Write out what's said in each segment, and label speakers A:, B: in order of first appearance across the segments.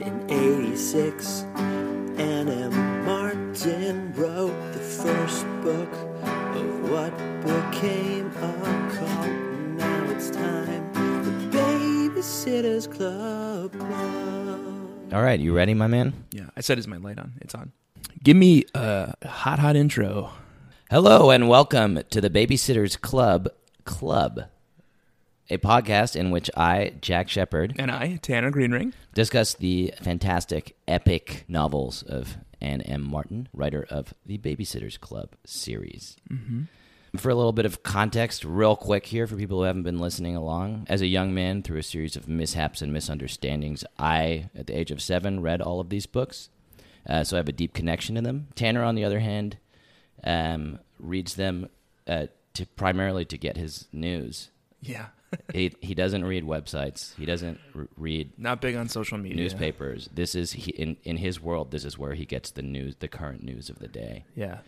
A: in 86. Anna Martin wrote the first book of what became a cult. Now it's time the Babysitter's Club. Club.
B: All right, you ready, my man?
C: Yeah, I said, "Is my light on? It's on." Give me a hot, hot intro.
B: Hello and welcome to the Babysitters Club Club, a podcast in which I, Jack Shepard,
C: And I, Tanner Greenring.
B: discuss the fantastic, epic novels of Anne M. Martin, writer of the Babysitters Club series. For a little bit of context, real quick here for people who haven't been listening along, as a young man through a series of mishaps and misunderstandings, I, at the age of seven, read all of these books. Uh, so I have a deep connection to them. Tanner, on the other hand, um, reads them uh, to primarily to get his news.
C: Yeah,
B: he, he doesn't read websites, he doesn't r- read
C: not big on social media.
B: newspapers. This is he, in in his world. This is where he gets the news, the current news of the day.
C: Yeah.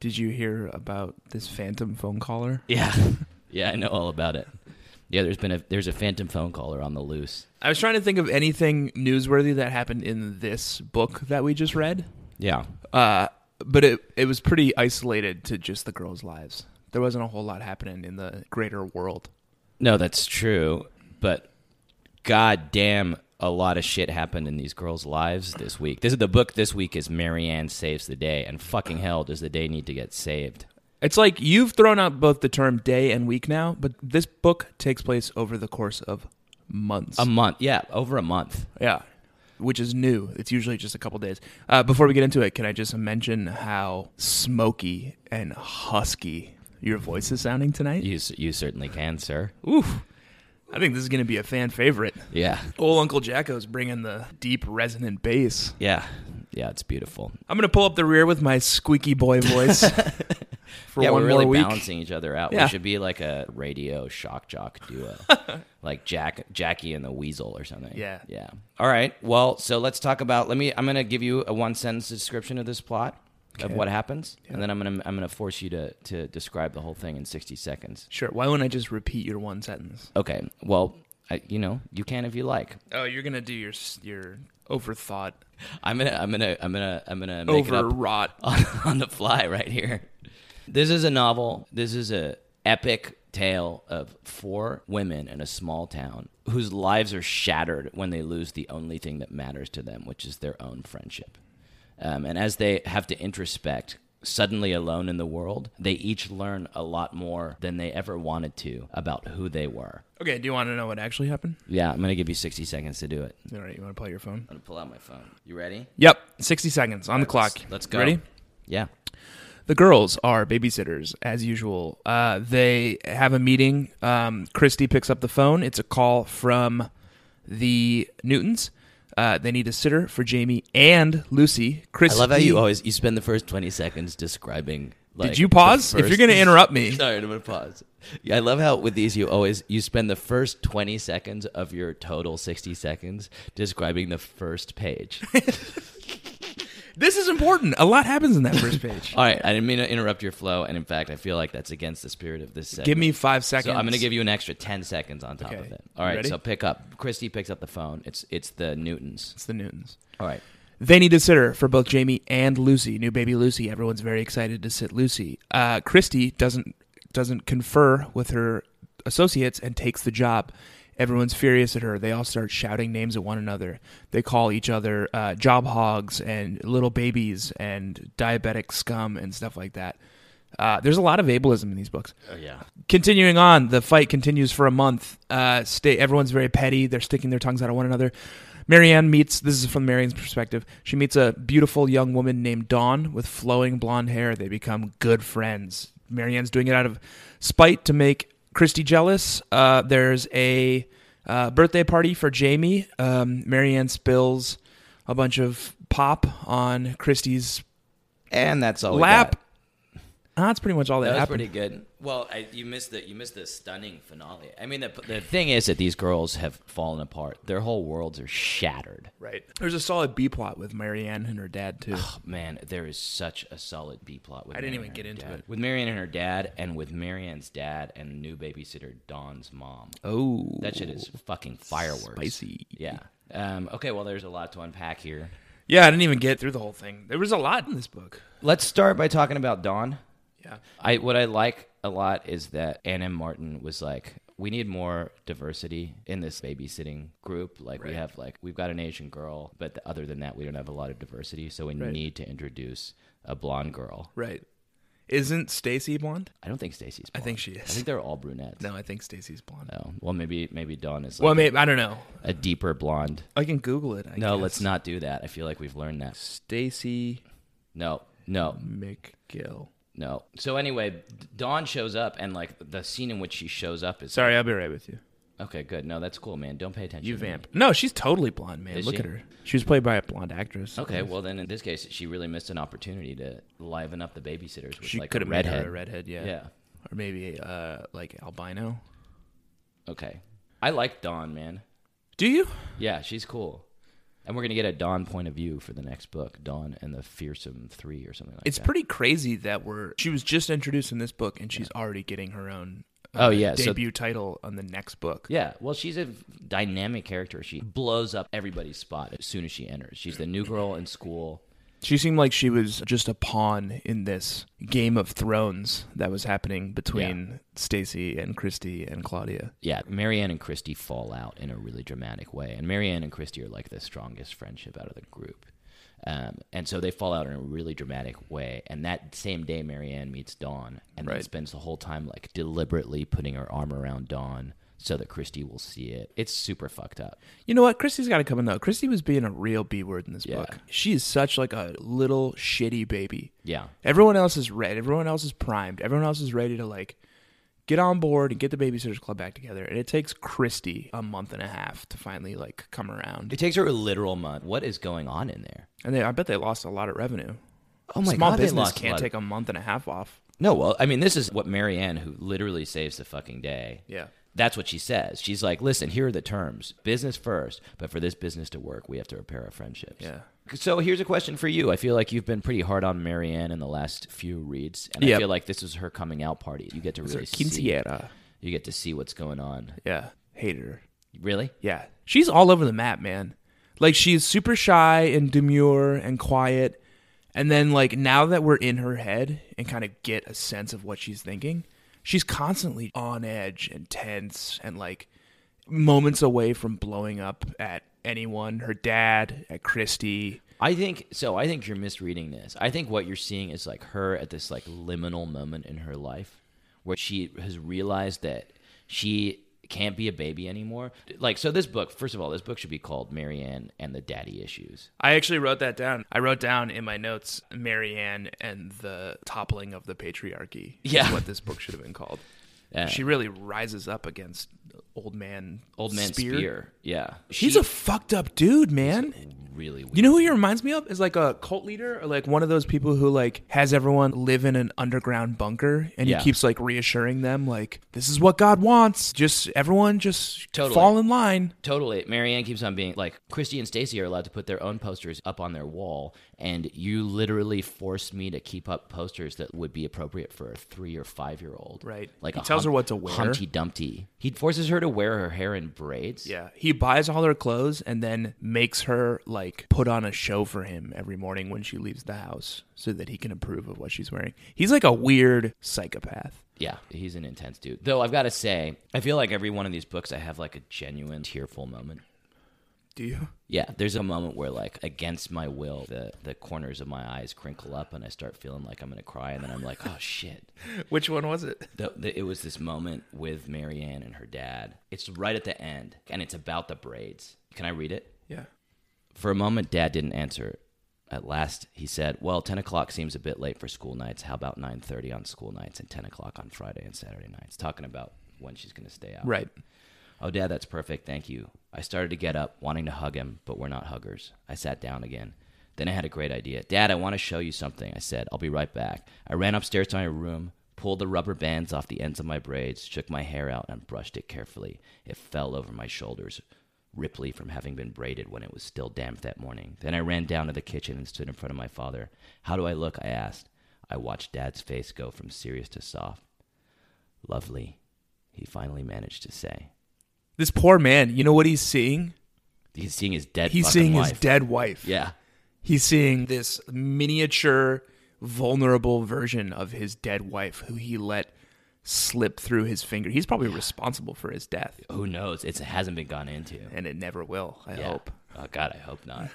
C: Did you hear about this phantom phone caller?
B: Yeah, yeah, I know all about it. Yeah, there's been a there's a phantom phone caller on the loose.
C: I was trying to think of anything newsworthy that happened in this book that we just read,
B: Yeah,
C: uh, but it it was pretty isolated to just the girls' lives. There wasn't a whole lot happening in the greater world.
B: no, that's true. But goddamn, a lot of shit happened in these girls' lives this week. This is the book. This week is Marianne saves the day, and fucking hell, does the day need to get saved?
C: It's like you've thrown out both the term day and week now, but this book takes place over the course of months.
B: A month, yeah, over a month.
C: Yeah, which is new. It's usually just a couple days. Uh, before we get into it, can I just mention how smoky and husky your voice is sounding tonight?
B: You s- you certainly can, sir.
C: Oof. I think this is going to be a fan favorite.
B: Yeah,
C: Old Uncle Jacko's bringing the deep resonant bass.
B: yeah, yeah. It's beautiful.
C: I'm going to pull up the rear with my squeaky boy voice for
B: yeah,
C: one
B: we're really
C: more week.
B: balancing each other out.
C: Yeah.
B: We should be like a radio shock jock duo, like Jack, Jackie and the Weasel or something.
C: Yeah.
B: yeah. All right. Well, so let's talk about. Let me. I'm going to give you a one sentence description of this plot of what happens, and then I'm going to I'm going to force you to to describe the whole thing in 60 seconds.
C: Sure. Why wouldn't I just repeat your one sentence?
B: Okay. Well, I, you know, you can if you like.
C: Oh, you're going to do your s- your overthought,
B: I'm gonna I'm gonna I'm gonna I'm gonna make it up
C: overwrought.
B: on, on the fly right here. This is a novel. This is a epic tale of four women in a small town whose lives are shattered when they lose the only thing that matters to them, which is their own friendship. Um, and as they have to introspect, suddenly alone in the world, they each learn a lot more than they ever wanted to about who they were.
C: Okay, do you want to know what actually happened?
B: Yeah, I'm gonna give you 60 seconds to do it.
C: All right, you want to play your phone?
B: I'm gonna pull out my phone. You ready?
C: Yep, 60 seconds on the clock.
B: Let's, let's go.
C: Ready?
B: Yeah.
C: The girls are babysitters, as usual. Uh, they have a meeting. Um, Christy picks up the phone. It's a call from the Newtons. Uh, they need a sitter for Jamie and Lucy.
B: I
C: Christy.
B: love how you always you spend the first twenty seconds describing. Like,
C: Did you pause?
B: the
C: If you're
B: first-
C: going to interrupt me.
B: sorry, I'm gonna pause. Yeah, I love how with these you always you spend the first twenty seconds of your total sixty seconds describing the first page.
C: This is important. A lot happens in that first page.
B: All right, I didn't mean to interrupt your flow, and in fact, I feel like that's against the spirit of this. Segment.
C: Give me five seconds.
B: So I'm gonna give you an extra ten seconds on top
C: Okay.
B: of it. All right,
C: Ready?
B: so pick up. Christy picks up the phone. It's it's the Newtons.
C: It's the Newtons.
B: All right.
C: They need a sitter for both Jamie and Lucy, new baby Lucy. Everyone's very excited to sit Lucy. Uh, Christy doesn't doesn't confer with her associates and takes the job. Everyone's furious at her. They all start shouting names at one another. They call each other uh, job hogs and little babies and diabetic scum and stuff like that. Uh, there's a lot of ableism in these books
B: Oh yeah.
C: continuing on, the fight continues for a month. Uh, stay, everyone's very petty. They're sticking their tongues out at one another. Marianne meets, this is from Marianne's perspective, she meets a beautiful young woman named Dawn with flowing blonde hair. They become good friends. Marianne's doing it out of spite to make Christy jealous. Uh, there's a uh, birthday party for Jamie. Um, Marianne spills a bunch of pop on Christy's
B: And that's all. we
C: lap.
B: got.
C: Uh, that's pretty much all that,
B: That was
C: happened.
B: pretty good. Well, I, you missed the you missed the stunning finale. I mean, the the thing is that these girls have fallen apart. Their whole worlds are shattered.
C: Right. There's a solid B plot with Marianne and her dad too.
B: Oh, man, there is such a solid B plot. With
C: I didn't
B: Marianne
C: even
B: and
C: get
B: her
C: into
B: dad.
C: it.
B: with Marianne and her dad, and with Marianne's dad and new babysitter Dawn's mom.
C: Oh,
B: That shit is fucking fireworks.
C: Spicy.
B: Yeah. Um, okay, well, there's a lot to unpack here.
C: Yeah, I didn't even get through the whole thing. There was a lot in this book.
B: Let's start by talking about Dawn.
C: Yeah.
B: I what I like a lot is that Ann M. Martin was like, we need more diversity in this babysitting group. Like we
C: Right.
B: have like we've got an Asian girl, but th- other than that, we don't have a lot of diversity. So we
C: Right.
B: need to introduce a blonde girl.
C: Right. Isn't Stacy blonde?
B: I don't think Stacy's.
C: I
B: Blonde.
C: think she
B: I
C: is.
B: think they're all brunettes.
C: no, I think Stacy's blonde.
B: Oh, well, maybe maybe Dawn is like
C: well, maybe I don't know.
B: a deeper blonde.
C: I can Google it. I
B: no,
C: guess.
B: let's not do that. I feel like we've learned that.
C: Stacy
B: No, no,
C: McGill.
B: no. So anyway, Dawn shows up, and like the scene in which she shows up is
C: Sorry, I'll be right with you.
B: okay. Good. No, that's cool, man. Don't pay attention.
C: You
B: to me.
C: vamp. No, she's totally blonde, man.
B: Is
C: Look
B: she?
C: at her. She was played by a blonde actress.
B: Okay, well then in this case, she really missed an opportunity to liven up the babysitters with
C: she
B: like
C: could
B: a
C: have made
B: redhead.
C: her a redhead. Yeah.
B: Yeah.
C: Or maybe uh, like albino.
B: Okay. I like Dawn, man.
C: Do you?
B: Yeah, she's cool. And we're gonna get a Dawn point of view for the next book, Dawn and the Fearsome Three or something like
C: It's
B: that.
C: pretty crazy that we're. She was just introduced in this book, and she's already getting her own. uh,
B: Oh, yeah, so-
C: debut title on the next book.
B: Yeah, well, she's a dynamic character. She blows up everybody's spot as soon as she enters. She's the new girl in school.
C: She seemed like she was just a pawn in this Game of Thrones that was happening between Stacy and Christy and Claudia.
B: Yeah, Marianne and Christy fall out in a really dramatic way. And Marianne and Christy are like the strongest friendship out of the group. Um, and so they fall out in a really dramatic way. And that same day, Marianne meets Dawn and then
C: Right.
B: spends the whole time like deliberately putting her arm around Dawn so that Christy will see it. It's super fucked up.
C: You know what? Christy's got to come in though. Christy was being a real B word in this
B: Yeah.
C: book. She is such like a little shitty baby.
B: Yeah.
C: Everyone else is red. Everyone else is primed. Everyone else is ready to like get on board and get the Babysitters Club back together. And it takes Christy a month and a half to finally like come
B: It
C: around.
B: takes her a literal month. What is going on in there?
C: And they, I bet they lost a lot of revenue.
B: Oh my
C: Small
B: God, they
C: business
B: lost a
C: can't
B: lot of-
C: take a month and a half off.
B: No, well, I mean, this is what Marianne, who literally saves the fucking day.
C: Yeah.
B: That's what she says. She's like, listen, here are the terms business first, but for this business to work, we have to repair our friendships.
C: Yeah.
B: So here's a question for you. I feel like you've been pretty hard on Marianne in the last few reads, and I
C: Yep.
B: feel like this is her coming out party. You get to really see,
C: Quinceañera.
B: you get to see what's going on.
C: Yeah. Hate her.
B: Really?
C: Yeah. She's all over the map, man. Like she's super shy and demure and quiet. And then like now that we're in her head and kind of get a sense of what she's thinking, she's constantly on edge and tense and like moments away from blowing up at anyone, her dad, at Christy.
B: I think so. I think you're misreading this. I think what you're seeing is like her at this like liminal moment in her life where she has realized that she can't be a baby anymore. Like, so this book, first of all, this book should be called Marianne and the Daddy Issues.
C: I actually wrote that down. I wrote down in my notes Marianne and the toppling of the patriarchy. is
B: Yeah.
C: what this book should have been called.
B: Yeah.
C: She really rises up against old man
B: Uh, Old man Spear. Yeah.
C: He's
B: She-
C: a fucked up dude, man.
B: really weird.
C: You know who he reminds me of? Is like a cult leader or like one of those people who like has everyone live in an underground bunker and
B: Yeah.
C: he keeps like reassuring them like this is what God wants. Just everyone just
B: Totally.
C: fall in line.
B: Totally. Marianne keeps on being like, Christy and Stacy are allowed to put their own posters up on their wall, and you literally force me to keep up posters that would be appropriate for a three or five year old.
C: Right.
B: Like
C: He
B: a
C: tells her
B: Hump-
C: what to wear.
B: Humpty Dumpty. He forces her to wear her hair in braids.
C: Yeah. He buys all her clothes and then makes her like put on a show for him every morning when she leaves the house so that he can approve of what she's wearing. He's like a weird psychopath.
B: Yeah. He's an intense dude. Though I've got to say, I feel like every one of these books, I have like a genuine tearful moment.
C: Do you?
B: Yeah, there's a moment where, like, against my will, the, the corners of my eyes crinkle up, and I start feeling like I'm going to cry, and then I'm like, oh, shit.
C: Which one was it?
B: the, the, it was this moment with Marianne and her dad. It's right at the end, and it's about the braids. Can I read it?
C: Yeah.
B: For a moment, Dad didn't answer. At last, he said, "Well, ten o'clock seems a bit late for school nights. How about nine thirty on school nights and ten o'clock on Friday and Saturday nights?" Talking about when she's going to stay out.
C: Right.
B: Oh, Dad, that's perfect. Thank you. I started to get up, wanting to hug him, but we're not huggers. I sat down again. Then I had a great idea. Dad, I want to show you something. I said, I'll be right back. I ran upstairs to my room, pulled the rubber bands off the ends of my braids, shook my hair out, and brushed it carefully. It fell over my shoulders, Ripley from having been braided when it was still damp that morning. Then I ran down to the kitchen and stood in front of my father. How do I look? I asked. I watched Dad's face go from serious to soft. Lovely, he finally managed to say.
C: This poor man, you know what he's seeing?
B: He's seeing his dead.
C: He's
B: fucking
C: seeing
B: wife.
C: his dead wife.
B: Yeah.
C: He's seeing this miniature, vulnerable version of his dead wife who he let slip through his finger. He's probably responsible for his death,
B: Who knows? It's, it hasn't been gone into.
C: and it never will, I
B: Yeah.
C: hope.
B: Oh God, I hope not.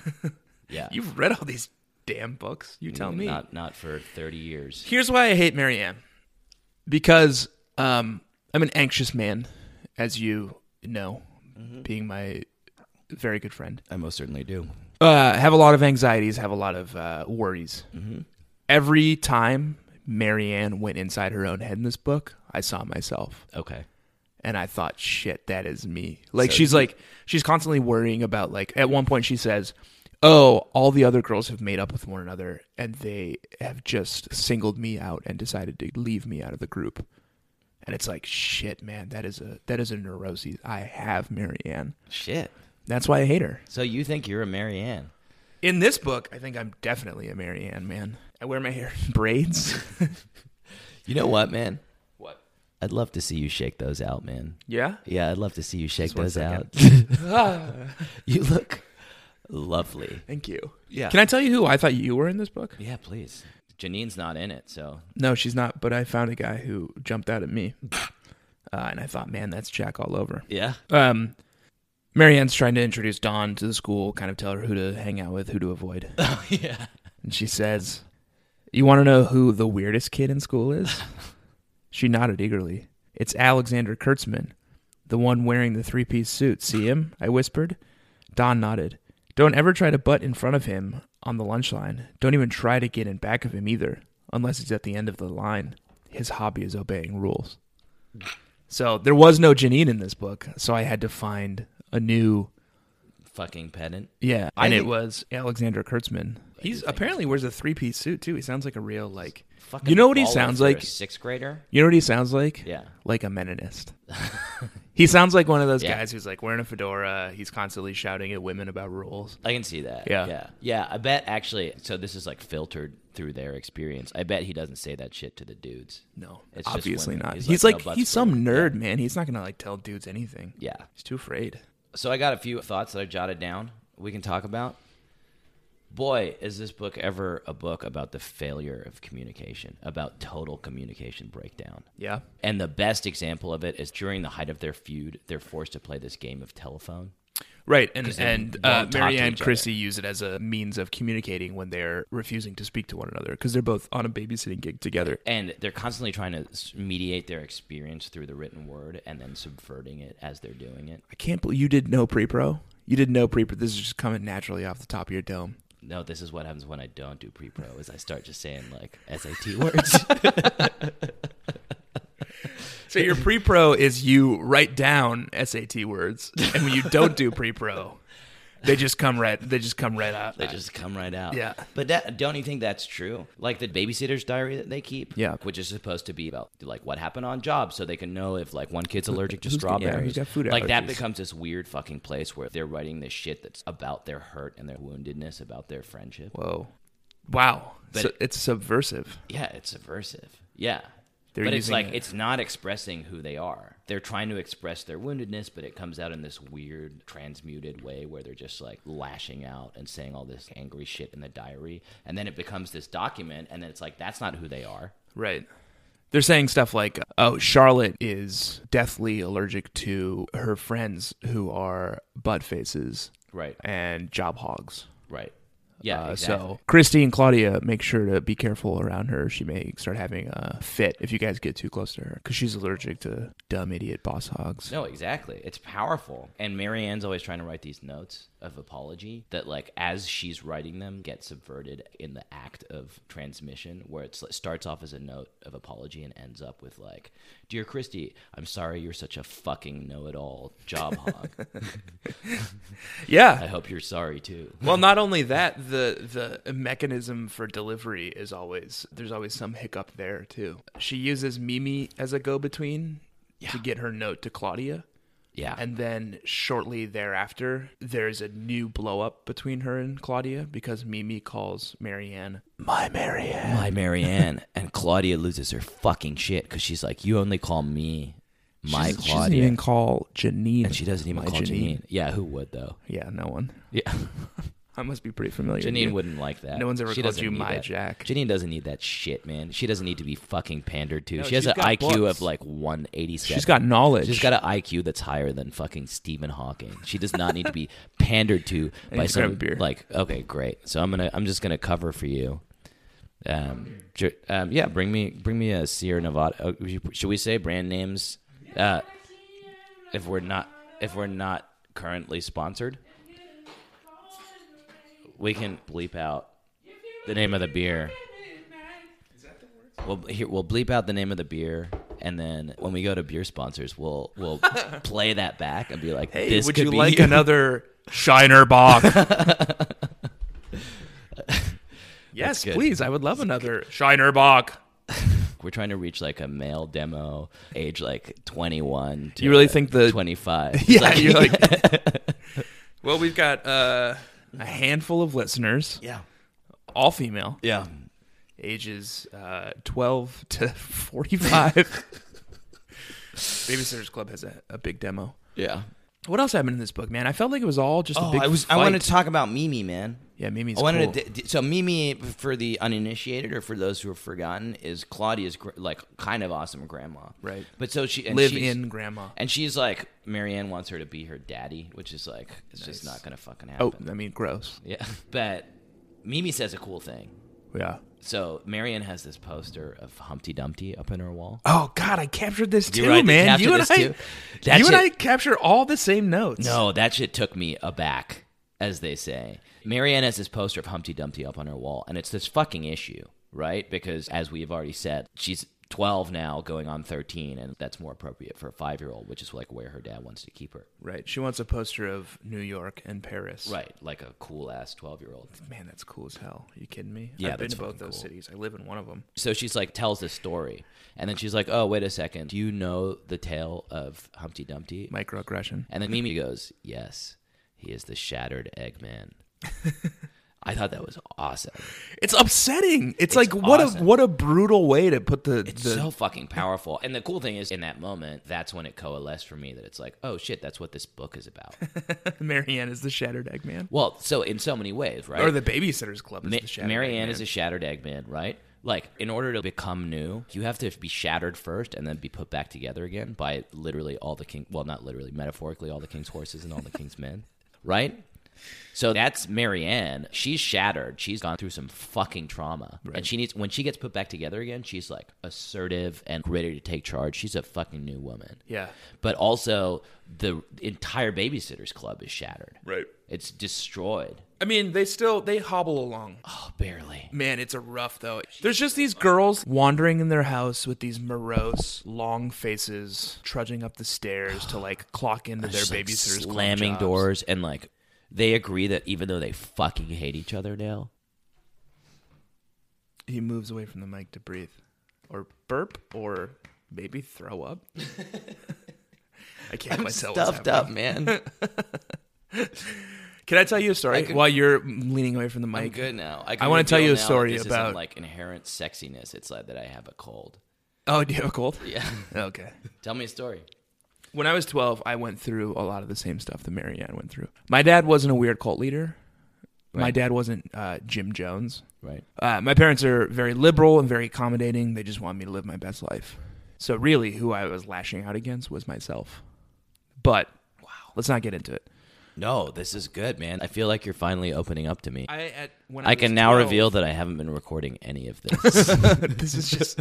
B: Yeah.
C: You've read all these damn books. You tell me.
B: Mm, Not not for thirty years.
C: Here's why I hate Marianne. Because um, I'm an anxious man, as you know,
B: Mm-hmm.
C: being my very good friend.
B: I most certainly do.
C: uh, have a lot of anxieties, have a lot of uh, worries. Every time Marianne went inside her own head in this book, I saw myself
B: Okay.
C: and I thought, shit, that is me. Like,
B: So
C: she's like, she's constantly worrying about, like, at one point she says, Oh, all the other girls have made up with one another and they have just singled me out and decided to leave me out of the group. And it's like, shit, man, that is a that is a neurosis. I have Marianne.
B: Shit.
C: That's why I hate her.
B: So you think you're a Marianne?
C: In this book, I think I'm definitely a Marianne man. I wear my hair in braids.
B: You know what, man? What? I'd love to see you shake those out, man.
C: yeah.
B: Yeah, I'd love to see you shake
C: one
B: those out. you look lovely.
C: Thank you.
B: Yeah.
C: Can I tell you who I thought you were in this book?
B: Yeah, please. Janine's not in it, so
C: No, she's not. But I found a guy who jumped out at me, uh, and I thought, man, that's Jack all over.
B: yeah.
C: Um, Marianne's trying to introduce Dawn to the school, kind of tell her who to hang out with, who to avoid,
B: Oh yeah.
C: and she says, "You want to know who the weirdest kid in school is?" she nodded eagerly. It's Alexander Kurtzman, the one wearing the three-piece suit. See him? I whispered. Don nodded. Don't ever try to butt in front of him on the lunch line. Don't even try to get in back of him either, unless he's at the end of the line. His hobby is obeying rules. So there was no Janine in this book, so I had to find a new.
B: Fucking pedant.
C: Yeah,
B: I
C: and it
B: think-
C: was Alexander Kurtzman. He's apparently wears a three-piece suit too. He sounds like a real like.
B: Fucking
C: You know what he
B: baller
C: sounds
B: for a
C: like?
B: sixth grader?
C: You know what he sounds like?
B: Yeah.
C: Like a Meninist. he sounds like one of those
B: Yeah.
C: guys who's like wearing a fedora. He's constantly shouting at women about rules.
B: I can see that.
C: Yeah.
B: Yeah. Yeah. I bet actually so this is like filtered through their experience. I bet he doesn't say that shit to the dudes.
C: No,
B: It's just
C: obviously
B: women.
C: not.
B: He's
C: He's,
B: like,
C: like,
B: no butts
C: he's some
B: for-
C: nerd, man. He's not gonna like tell dudes anything.
B: Yeah.
C: He's too afraid.
B: So I got a few thoughts that I jotted down we can talk about. Boy, is this book ever a book about the failure of communication, about total communication breakdown.
C: Yeah.
B: And the best example of it is during the height of their feud, they're forced to play this game of telephone.
C: Right, and
B: they
C: and
B: won't
C: uh,
B: talk to
C: Marianne and
B: each other.
C: Chrissy use it as a means of communicating when they're refusing to speak to one another because they're both on a babysitting gig together.
B: And they're constantly trying to s- mediate their experience through the written word and then subverting it as they're doing it.
C: I can't believe you did no pre-pro. You did no pre-pro. This is just coming naturally off the top of your dome.
B: No, this is what happens when I don't do pre pro is I start just saying like SAT words.
C: So your pre-pro is you write down SAT words, and when you don't do pre-pro, they just come right. They just come right out.
B: They just come right out.
C: Yeah.
B: But that, don't you think that's true? Like the babysitter's diary that they keep.
C: Yeah.
B: Which is supposed to be about like what happened on job, so they can know if like one kid's allergic to
C: who's- yeah, who's
B: strawberries.
C: got food
B: like that
C: allergies.
B: becomes this weird fucking place where they're writing this shit that's about their hurt and their woundedness, about their friendship.
C: Whoa, wow!
B: But-
C: so it's subversive.
B: Yeah, it's subversive. Yeah.
C: They're
B: but it's
C: using
B: like
C: it-
B: it's not expressing who they are. They're trying to express their woundedness, but it comes out in this weird transmuted way where they're just like lashing out and saying all this angry shit in the diary, and then it becomes this document, and then it's like that's not who they are.
C: Right. They're saying stuff like, "Oh, Charlotte is deathly allergic to her friends who are butt faces
B: Right.
C: and job hogs."
B: Right. Yeah.
C: Uh,
B: exactly.
C: So Christy and Claudia, make sure to be careful around her. She may start having a fit if you guys get too close to her because she's allergic to dumb idiot boss hogs.
B: No, exactly. It's powerful. And Marianne's always trying to write these notes of apology that, like, as she's writing them, get subverted in the act of transmission, where it's- it starts off as a note of apology and ends up with, like, Dear Christy, I'm sorry you're such a fucking know it all job hog. I
C: Yeah.
B: hope you're sorry too.
C: Well, not only that, the the mechanism for delivery is always there's always some hiccup there too. She uses Mimi as a go between to get her note to Claudia.
B: Yeah.
C: And then shortly thereafter, there's a new blow up between her and Claudia because Mimi calls Marianne my Marianne.
B: my Marianne. and Claudia loses her fucking shit because she's like, You only call me my
C: She
B: Claudia.
C: doesn't even call Janine.
B: and she doesn't even
C: my
B: call Janine. Yeah, who would though?
C: Yeah, no one.
B: Yeah,
C: I must be pretty familiar. with
B: Janine
C: you.
B: wouldn't like that.
C: No one's ever
B: She
C: called
B: doesn't
C: you
B: need
C: my
B: that.
C: Jack.
B: Janine doesn't need that shit, man. She doesn't need to be fucking pandered to.
C: No,
B: she has
C: she's
B: an
C: got
B: IQ
C: books.
B: of like 187.
C: She's got knowledge.
B: She's got an IQ that's higher than fucking Stephen Hawking. She does not need to be pandered to
C: I
B: by
C: need to grab a
B: some
C: beer.
B: like. Okay, great. So I'm gonna I'm just gonna cover for you. Um, ju- um, yeah, bring me bring me a Sierra Nevada. Oh, we should- should we say brand names? Uh, if we're not if we're not currently sponsored, we can bleep out the name of the beer. We'll, here, we'll bleep out the name of the beer, and then when we go to beer sponsors, we'll we'll play that back and be like,
C: Hey,
B: "This
C: would
B: could
C: you
B: be
C: like another Shiner Bach? yes,
B: That's good.
C: please. I would love another Shiner Bach.
B: We're trying to reach like a male demo, age like twenty one.
C: You really think the-
B: twenty five?
C: Yeah, you're like. well, we've got uh, a handful of listeners,
B: yeah,
C: all female,
B: yeah.
C: ages uh, 12 to 45. Babysitters Club has a, a big demo.
B: Yeah.
C: What else happened in this book, man? I felt like it was all just a
B: Oh,
C: big.
B: I was.
C: Fight.
B: I wanted to talk about Mimi, man.
C: Yeah, Mimi's
B: I wanted
C: cool.
B: to, d- d- so Mimi for the uninitiated or for those who have forgotten is Claudia's gr- like kind of awesome grandma,
C: Right.
B: But so she and
C: live
B: she's-
C: in grandma.
B: and she's like Marianne wants her to be her daddy, which is like it's just
C: Nice.
B: not gonna fucking
C: Oh,
B: happen.
C: I mean, gross.
B: Yeah, but Mimi says a cool thing.
C: Yeah.
B: So Marianne has this poster of Humpty Dumpty up in her wall.
C: Oh God, I captured this
B: You're
C: too,
B: right, they
C: man.
B: captured
C: You and
B: this
C: I,
B: too. That
C: you and I
B: shit-
C: capture all the same notes.
B: No, that shit took me aback, as they say. Marianne has this poster of Humpty Dumpty up on her wall, and it's this fucking issue, right? Because as we've already said, she's 12 now, going on 13, and that's more appropriate for a five year old, which is like where her dad wants to keep her.
C: right? She wants a poster of New York and Paris.
B: Right, like a cool ass 12 year old.
C: Man, that's cool as hell. Are you kidding me?
B: Yeah,
C: I've been
B: that's
C: to both
B: fucking
C: those
B: cool.
C: cities. I live in one of them.
B: So she's like, tells this story, and then she's like, oh, wait a second. Do you know the tale of Humpty Dumpty?
C: Microaggression.
B: And then Mimi goes, yes, he is the shattered Eggman. I thought that was awesome.
C: It's upsetting. It's, like what a
B: awesome.
C: what a brutal way to put the
B: It's
C: the
B: so fucking powerful. And the cool thing is, in that moment, that's when it coalesced for me that it's like, oh shit, that's what this book is about.
C: Marianne is the Shattered Eggman
B: well, so in so many ways, right?
C: or the Babysitters Club is
B: Ma-
C: the Shattered
B: Marianne
C: Eggman.
B: is a shattered Eggman, right? Like, in order to become new, you have to be shattered first and then be put back together again by literally all the king. Well, not literally, metaphorically, all the king's horses and all the king's men, right? So that's Marianne. She's shattered. She's gone through some fucking trauma. And she needs, when she gets put back together again, she's like assertive and ready to take charge. She's a fucking new woman.
C: yeah
B: But also, the entire babysitters club is shattered.
C: right.
B: It's destroyed.
C: I mean, they still they hobble along.
B: Oh, barely.
C: Man, it's a rough though. There's just these girls wandering in their house with these morose, long faces, trudging up the stairs to like clock into their
B: just, like,
C: babysitters, club
B: slamming
C: jobs.
B: doors and like they agree that even though they fucking hate each other now
C: He moves away from the mic to breathe, or burp, or maybe throw up. I can't quite tell what's
B: stuffed up
C: happening.
B: man
C: Can I tell you a story
B: I could-
C: while you're leaning away from the mic?
B: i'm good now i,
C: I wanna tell you a
B: reveal now that
C: story
B: this
C: about-
B: isn't like inherent sexiness it's like that i have a cold
C: Oh, do you have a cold?
B: yeah
C: Okay.
B: tell me a story
C: When I was 12, I went through a lot of the same stuff that Marianne went through. My dad wasn't a weird cult leader. My
B: Right.
C: dad wasn't uh, Jim Jones.
B: right
C: Uh, my parents are very liberal and very accommodating. They just want me to live my best life. So really, who I was lashing out against was myself. But wow, let's not get into it.
B: no this is good man i feel like you're finally opening up to me i,
C: I at when
B: can now reveal that i haven't been recording any of this
C: this is just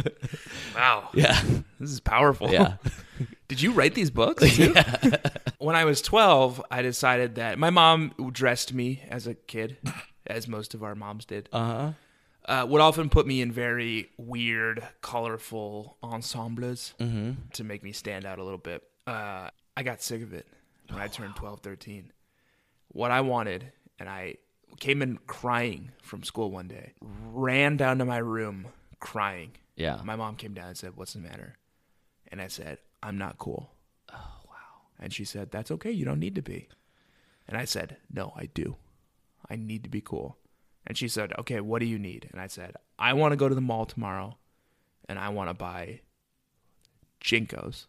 C: wow.
B: yeah
C: This is powerful.
B: yeah
C: Did you write these books? too? when I was 12, I decided that my mom dressed me as a kid, as most of our moms did.
B: uh-huh
C: uh, would often put me in very weird, colorful ensembles to make me stand out a little bit. Uh, I got sick of it when I turned 12, 13. What I wanted, and I came in crying from school one day, ran down to my room crying.
B: yeah
C: My mom came down and said, What's the matter? And I said, I'm not cool. Oh, wow. And she said, That's okay. You don't need to be. And I said, No, I do. I need to be cool. And she said, Okay, what do you need? And I said, I want to go to the mall tomorrow and I want to buy Jinkos.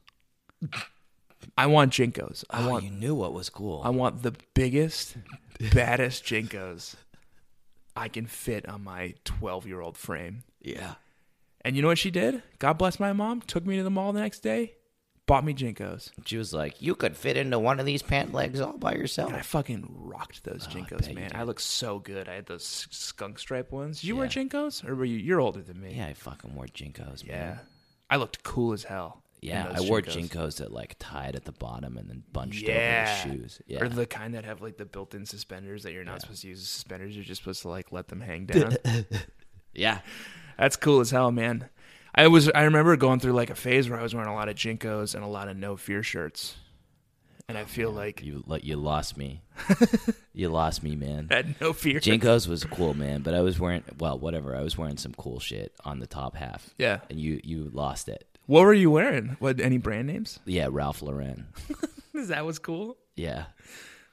C: I want Jinkos. I
B: Oh,
C: want
B: you knew what was cool.
C: I want the biggest, baddest Jinkos I can fit on my 12 year old frame.
B: yeah.
C: And you know what she did? God bless my mom. Took me to the mall the next day, bought me Jinkos.
B: She was like, "You could fit into one of these pant legs all by yourself."
C: And I fucking rocked those
B: Oh,
C: Jinkos, man. I looked so good. I had those s- skunk stripe ones. Did you wear
B: Yeah.
C: Jinkos? Or were you? You're older than me.
B: yeah, I fucking wore jinkos. man.
C: Yeah. I looked cool as hell. in
B: Yeah, I
C: those
B: wore jinkos that like tied at the bottom and then bunched
C: Yeah.
B: over the shoes. Yeah,
C: Or the kind that have like the built in suspenders that you're not supposed to use as suspenders. You're just supposed to like let them hang down.
B: yeah.
C: That's cool as hell, man. I was I remember going through like a phase where I was wearing a lot of Jinkos and a lot of no fear shirts. And I feel like
B: You like you lost me. you lost me, man.
C: that no fear.
B: Jinkos was cool, man. But I was wearing well, whatever. I was wearing some cool shit on the top half.
C: Yeah.
B: and you you lost it.
C: What were you wearing? What any brand names?
B: Yeah, Ralph Lauren.
C: Is that was cool?
B: Yeah,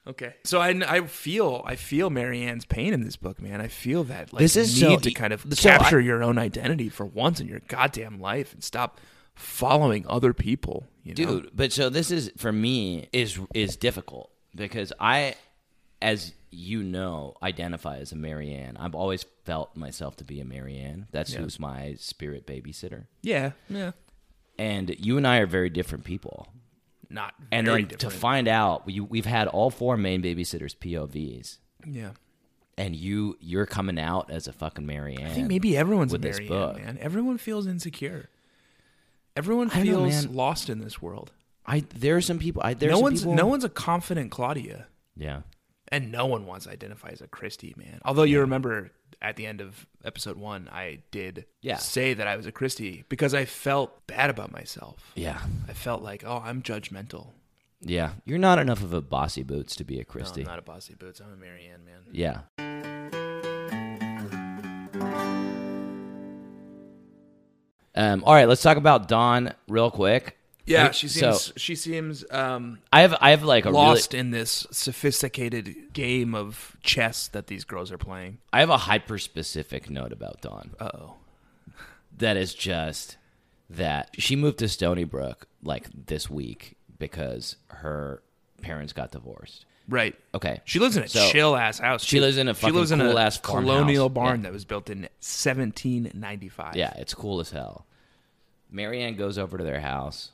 C: Okay. So I, I feel I feel Marianne's pain in this book, man. I feel that like
B: This is
C: need
B: so- e-,
C: to kind of
B: so I-
C: capture your own identity for once in your goddamn life and stop following other people, you know?
B: dude. But so this is for me is is difficult because I, as you know, identify as a Marianne. I've always felt myself to be a Marianne. That's who's my spirit babysitter.
C: Yeah. Yeah.
B: And you and I are very different people.
C: Not
B: And
C: very
B: then
C: different.
B: to find out, we, we've had all four main babysitters POVs,
C: yeah.
B: and you you're coming out as a fucking Marianne.
C: I think maybe everyone's
B: with
C: a
B: this
C: Marianne,
B: book.
C: man. Everyone feels insecure. Everyone
B: I know,
C: feels
B: man.
C: lost in this world.
B: I there are some people. I there's
C: No
B: some
C: one's
B: people-
C: no one's a confident Claudia,
B: Yeah,
C: and no one wants to identify as a Christie, man. Although you remember at the end of episode one, I did
B: Yeah.
C: say that I was a Christie because I felt bad about myself.
B: yeah,
C: I felt like, oh, I'm judgmental.
B: yeah. You're not enough of a bossy boots to be a
C: No,
B: Christie.
C: I'm not a bossy boots. I'm a Marianne, man.
B: yeah, Um, all right, let's talk about Dawn real quick.
C: Yeah,
B: Like,
C: she
B: so-
C: seems she seems um,
B: I have I have like a really,
C: lost in this sophisticated game of chess that these girls are playing.
B: I have a hyper specific note about Dawn.
C: Uh oh.
B: that is just that she moved to Stony Brook like this week because her parents got divorced.
C: Right.
B: Okay.
C: She lives in a
B: Oh. So-
C: chill ass house.
B: She
C: too.
B: lives in a
C: she lives in
B: fucking
C: a
B: cool-ass farmhouse.
C: colonial barn
B: Yeah.
C: that was built in 1795.
B: Yeah, it's cool as hell. Marianne goes over to their house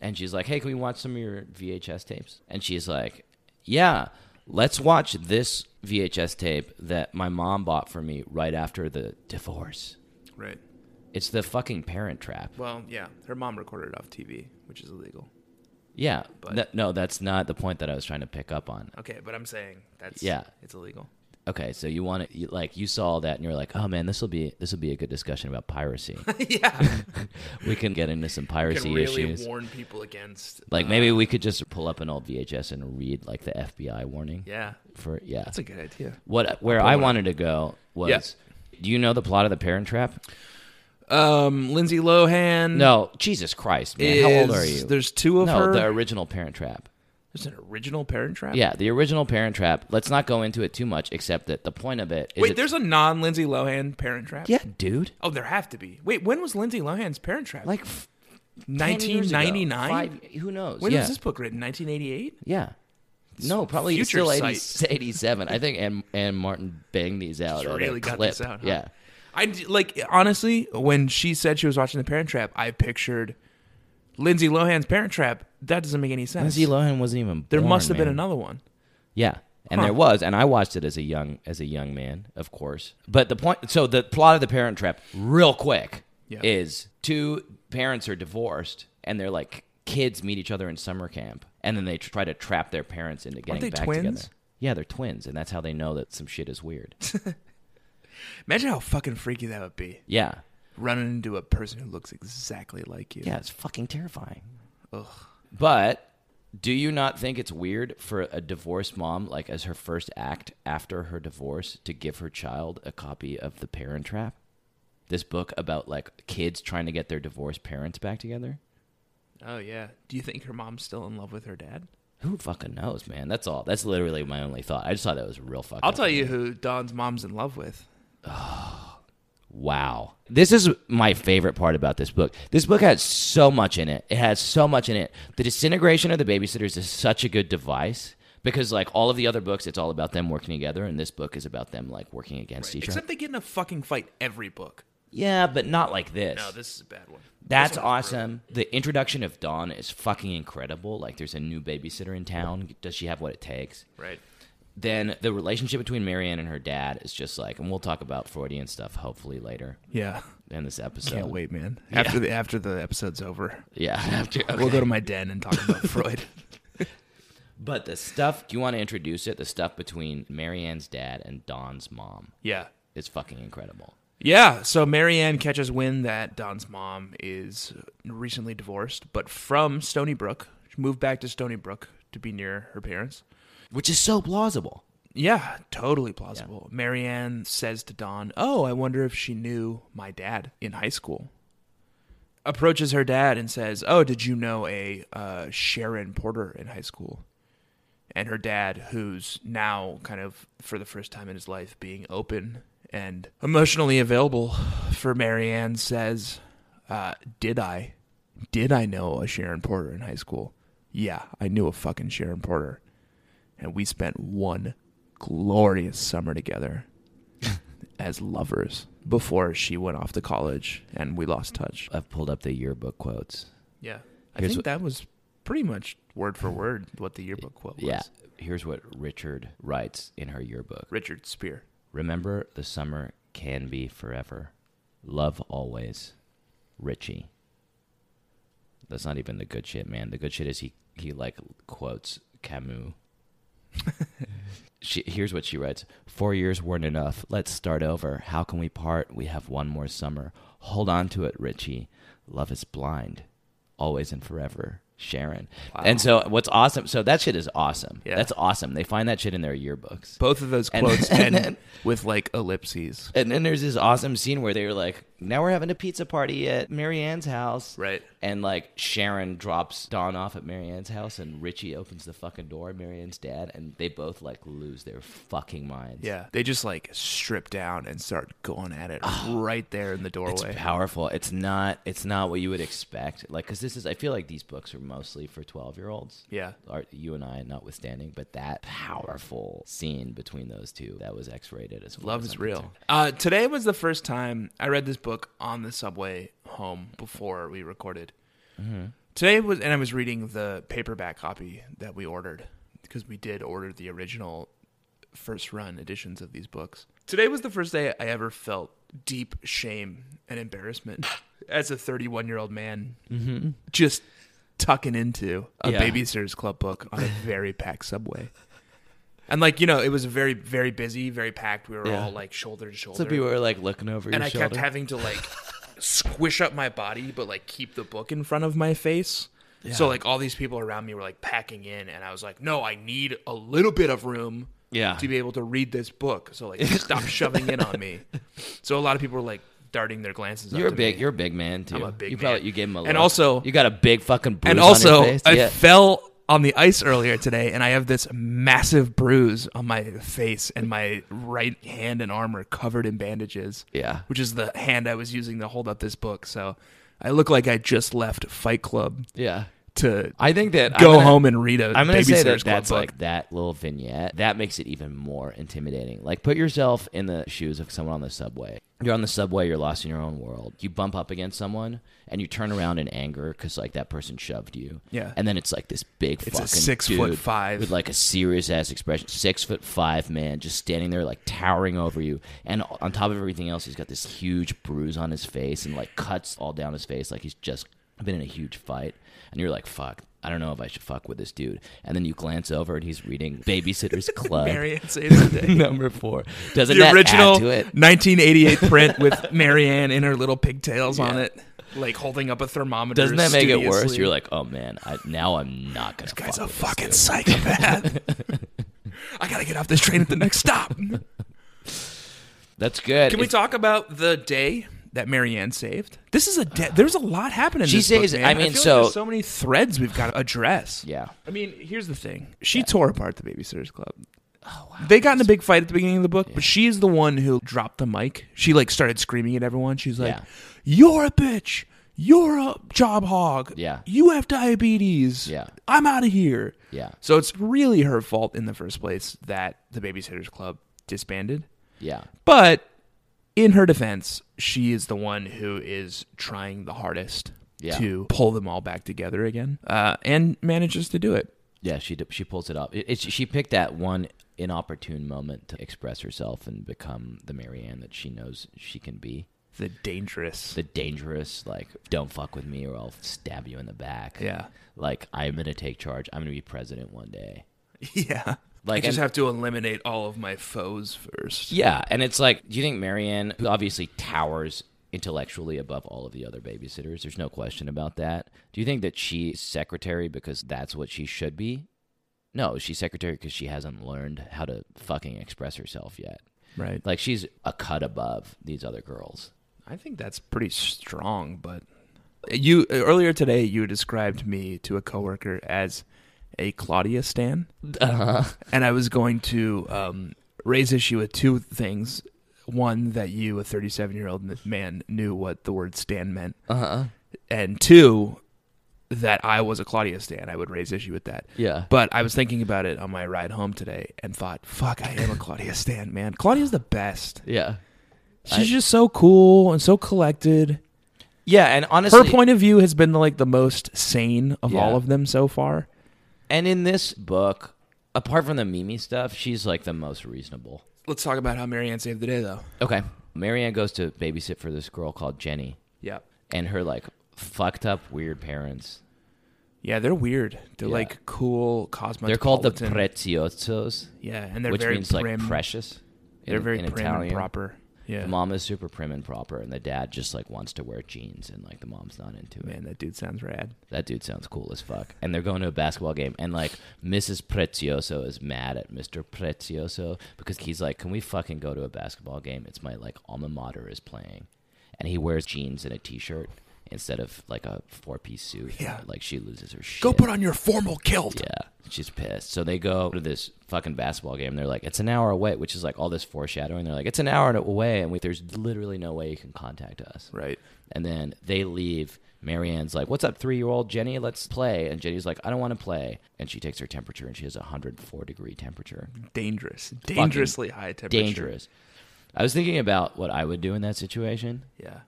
B: and she's like, Hey, can we watch some of your VHS tapes? And she's like, Yeah, let's watch this VHS tape that my mom bought for me right after the divorce.
C: Right.
B: It's the fucking parent trap.
C: Well, yeah. Her mom recorded it off TV, which is illegal.
B: Yeah.
C: But-
B: th- no, that's not the point that I was trying to pick up on.
C: Okay, but I'm saying that's
B: Yeah.
C: it's illegal.
B: okay so you want to you, like you saw that and you're like oh man this will be this will be a good discussion about piracy
C: yeah.
B: we can get into some
C: Can
B: piracy
C: really
B: issues
C: warn people against
B: like
C: uh,
B: maybe we could just pull up an old vhs and read like the fbi warning
C: Yeah.
B: for yeah
C: That's a good idea.
B: what where i wanted to go was
C: Yeah. Mm.
B: do you know the plot of the parent trap
C: Um Lindsay Lohan
B: no jesus christ man how old are
C: is-
B: you
C: There's two of
B: no
C: her.
B: the original parent trap
C: There's an original Parent Trap.
B: yeah the original parent trap let's not go into it too much except that the point of it is
C: Wait,
B: it's-
C: there's a non Lindsay Lohan Parent Trap?
B: yeah dude
C: Oh, there have to be. Wait, when was Lindsay Lohan's Parent Trap?
B: like f- 10 years ago.
C: 1999?
B: Five- who knows
C: When
B: yeah.
C: was this book written? 1988?
B: Yeah. No, probably
C: future
B: still 80,
C: sight.
B: 87. I think Ann, Ann Martin banged these out.
C: She
B: at a
C: really got
B: clip.
C: this out. Huh?
B: Yeah.
C: I d- like honestly when she said she was watching The Parent Trap, I pictured Lindsay Lohan's Parent Trap. That doesn't make any sense.
B: Lindsay Lohan wasn't even.
C: there
B: born,
C: must have been
B: man.
C: another one.
B: Yeah, and
C: Huh.
B: there was, and I watched it as a young as a young man, of course. But the point, so the plot of the Parent Trap, real quick,
C: Yeah.
B: is two parents are divorced, and they're like kids meet each other in summer camp, and then they try to trap their parents into getting
C: they
B: back
C: twins?
B: together. Yeah, they're twins, and that's how they know that some shit is weird.
C: Imagine how fucking freaky that would be.
B: yeah,
C: Running into a person who looks exactly like you.
B: yeah, it's fucking terrifying.
C: Ugh.
B: But do you not think it's weird for a divorced mom, like as her first act after her divorce, to give her child a copy of The Parent Trap? This book about like kids trying to get their divorced parents back together?
C: Oh yeah. Do you think her mom's still in love with her dad?
B: Who fucking knows, man? That's all. That's literally my only thought. I just thought that was real fucking.
C: I'll tell you who Don's mom's in love with.
B: Wow. This is my favorite part about this book. This book has so much in it. It has so much in it. The disintegration of the babysitters is such a good device because like all of the other books it's all about them working together and this book is about them like working against each other.
C: Except they get in a fucking fight every book.
B: yeah, but not like this.
C: No, this is a bad one.
B: That's
C: This one's brutal.
B: awesome. The introduction of Dawn is fucking incredible. Like there's a new babysitter in town. Does she have what it takes?
C: Right.
B: Then the relationship between Marianne and her dad is just like and we'll talk about Freudian stuff hopefully later
C: Yeah.
B: in this episode.
C: Can't wait, man. After the after the episode's over,
B: Yeah. After,
C: we'll go to my den and talk about Freud.
B: But the stuff, do you want to introduce it? The stuff between Marianne's dad and Don's mom
C: Yeah.
B: is fucking incredible.
C: Yeah, so Marianne catches wind that Don's mom is recently divorced, but from Stony Brook. She moved back to Stony Brook to be near her parents.
B: Which is so plausible.
C: Yeah, totally plausible. Marianne says to Don, Oh, I wonder if she knew my dad in high school. Approaches her dad and says, Oh, did you know a uh, Sharon Porter in high school? And her dad, who's now kind of for the first time in his life being open and emotionally available for Marianne, says, uh, Did I? Did I know a Sharon Porter in high school? Yeah, I knew a fucking Sharon Porter and we spent one glorious summer together as lovers before she went off to college and we lost touch.
B: I've pulled up the yearbook quotes.
C: Yeah. I
B: Here's
C: think
B: what-
C: that was pretty much word for word what the yearbook quote was.
B: Yeah. Here's what Richard writes in her yearbook
C: Richard Spear.
B: Remember, the summer can be forever. Love always. Richie. That's not even the good shit, man. The good shit is he, he like quotes Camus. she, here's what she writes Four years weren't enough. Let's start over. How can we part? We have one more summer. Hold on to it, Richie. Love is blind. Always and forever. Sharon. And so, what's awesome? So, that shit is awesome.
C: Yeah.
B: That's awesome. They find that shit in their yearbooks.
C: Both of those
B: And-
C: quotes end with like ellipses.
B: And then there's this awesome scene where they were like, now we're having a pizza party at Marianne's house.
C: Right.
B: And like Sharon drops Dawn off at Marianne's house and Richie opens the fucking door, Marianne's dad, and they both like lose their fucking minds.
C: Yeah. They just like strip down and start going at it right there in the
B: Ah. It's
C: doorway.
B: powerful. It's not it's not what you would expect. Like cuz this is I feel like these books are mostly for 12-year-olds.
C: Yeah.
B: Are you and I notwithstanding, but that powerful scene between those two that was X-rated as well.
C: Love is real. Uh, today was the first time I read this book on the subway home before we recorded. Mm-hmm. Today was, and I was reading the paperback copy that we ordered because we did order the original first run editions of these books. Today was the first day I ever felt deep shame and embarrassment as a 31 year old man just tucking into a
B: Yeah.
C: Babysitter's Club book on a very packed subway. And like you know, it was very very busy, very packed. We were
B: Yeah.
C: all like shoulder to shoulder,
B: So people were like looking over
C: and
B: your
C: I
B: shoulder.
C: kept having to like squish up my body, but like keep the book in front of my face. So like all these people around me were like packing in, and I was like, no, I need a little bit of room,
B: Yeah.
C: to be able to read this book. So like stop shoving in on me. So a lot of people were like darting their glances. up
B: You're a
C: to
B: big.
C: me.
B: You're a big man too.
C: I'm a big
B: you
C: man.
B: you gave him a
C: And
B: look.
C: also-
B: you got a big fucking bruise
C: and
B: on
C: also
B: your face.
C: I
B: yeah.
C: fell on the ice earlier today, and I have this massive bruise on my face, and my right hand and arm are covered in bandages.
B: Yeah.
C: which is the hand I was using to hold up this book. So I look like I just left Fight Club
B: yeah.
C: to
B: I think that
C: go
B: I'm gonna,
C: home and read a
B: I'm gonna
C: babysitter's
B: say that
C: club
B: that's
C: book.
B: like that little vignette that makes it even more intimidating. Like put yourself in the shoes of someone on the subway. You're on the subway. You're lost in your own world. You bump up against someone and you turn around in anger because like that person shoved you.
C: Yeah.
B: And then it's like this big
C: It's a
B: fucking
C: six
B: dude
C: foot five.
B: with like a serious ass expression, six foot five man just standing there like towering over you. And on top of everything else, he's got this huge bruise on his face and like cuts all down his face, like he's just been in a huge fight. And you're like, fuck. I don't know if I should fuck with this dude. And then you glance over and he's reading Babysitter's Club
C: Marianne saves the day.
B: number four. Doesn't
C: the
B: that
C: original
B: add to it?
C: 1988 print with Marianne in her little pigtails on
B: Yeah.
C: it, like holding up a thermometer.
B: Doesn't that make it worse?
C: studiously.
B: You're like, oh man, I, now I'm not gonna.
C: guy's
B: fuck
C: a
B: with
C: fucking psychopath. I gotta get off this train at the next stop.
B: That's good.
C: Can we
B: If-
C: talk about the day that Marianne saved? This is a day. There's a lot happening.
B: She
C: this book,
B: saves-
C: man.
B: I
C: feel
B: mean,
C: like
B: so-
C: there's so many threads we've got to address.
B: Yeah.
C: I mean, here's the thing. She tore apart the Babysitters Club.
B: oh wow.
C: They got in a big fight at the beginning of the book, but she's the one who dropped the mic. She like started screaming at everyone. She's like,
B: Yeah.
C: "You're a bitch. You're a job hog.
B: Yeah.
C: You have diabetes.
B: Yeah.
C: I'm out of here."
B: Yeah.
C: So it's really her fault in the first place that the Babysitters Club disbanded.
B: Yeah.
C: But in her defense, she is the one who is trying the hardest
B: Yeah.
C: to pull them all back together again, uh, and manages to do it.
B: Yeah, she d- she pulls it off. It, it's she picked that one inopportune moment to express herself and become the Marianne that she knows she can be.
C: The dangerous.
B: The dangerous, like, don't fuck with me or I'll stab you in the back.
C: Yeah.
B: Like, I'm going to take charge. I'm going to be president one day.
C: yeah.
B: Like,
C: I just
B: and-
C: have to eliminate all of my foes first.
B: Yeah. And it's like, do you think Marianne, who obviously towers intellectually above all of the other babysitters, there's no question about that. Do you think that she's secretary because that's what she should be? No, she's secretary because she hasn't learned how to fucking express herself yet.
C: Right.
B: Like she's a cut above these other girls.
C: I think that's pretty strong, but you earlier today you described me to a coworker as a Claudia Stan, and I was going to um, raise issue with two things. One that you, a 37 year old man, knew what the word Stan meant,
B: Uh-huh.
C: and two that I was a Claudia Stan. I would raise issue with that.
B: Yeah.
C: But I was thinking about it on my ride home today and thought, fuck, I am a Claudia Stan, man. Claudia's the best.
B: Yeah.
C: She's just so cool and so collected.
B: Yeah, and honestly
C: her point of view has been like the most sane of
B: Yeah.
C: all of them so far.
B: and in this book, apart from the Mimi stuff, she's like the most reasonable.
C: Let's talk about how Marianne saved the day, though.
B: Okay. Marianne goes to babysit for this girl called Jenny
C: Yeah,
B: and her like fucked up weird parents.
C: yeah, they're weird. They're
B: Yeah.
C: like cool cosmopolitan.
B: They're called the Preziosos,
C: Yeah, and they're
B: which
C: very
B: means
C: prim.
B: like precious. in-
C: They're very
B: in
C: prim and
B: Italian.
C: proper. Yeah,
B: The mom is super prim and proper, and the dad just like wants to wear jeans, and like the mom's not into it.
C: man, that dude sounds rad.
B: That dude sounds cool as fuck. And they're going to a basketball game, and like Mrs. Prezioso is mad at Mr. Prezioso because he's like, "Can we fucking go to a basketball game? It's my like alma mater is playing," and he wears jeans and a t-shirt instead of like a four-piece suit.
C: Yeah.
B: like she loses her shit.
C: Go put on your formal kilt.
B: Yeah, she's pissed. So they go to this fucking basketball game. They're like, it's an hour away, which is like all this foreshadowing. They're like, it's an hour away, and we, there's literally no way you can contact us.
C: Right.
B: And then they leave. Marianne's like, what's up, three year old Jenny? Let's play. And Jenny's like, I don't want to play. And she takes her temperature, and she has a 104 degree temperature.
C: Dangerous, dangerously high temperature.
B: Dangerous. I was thinking about what I would do in that situation.
C: Yeah,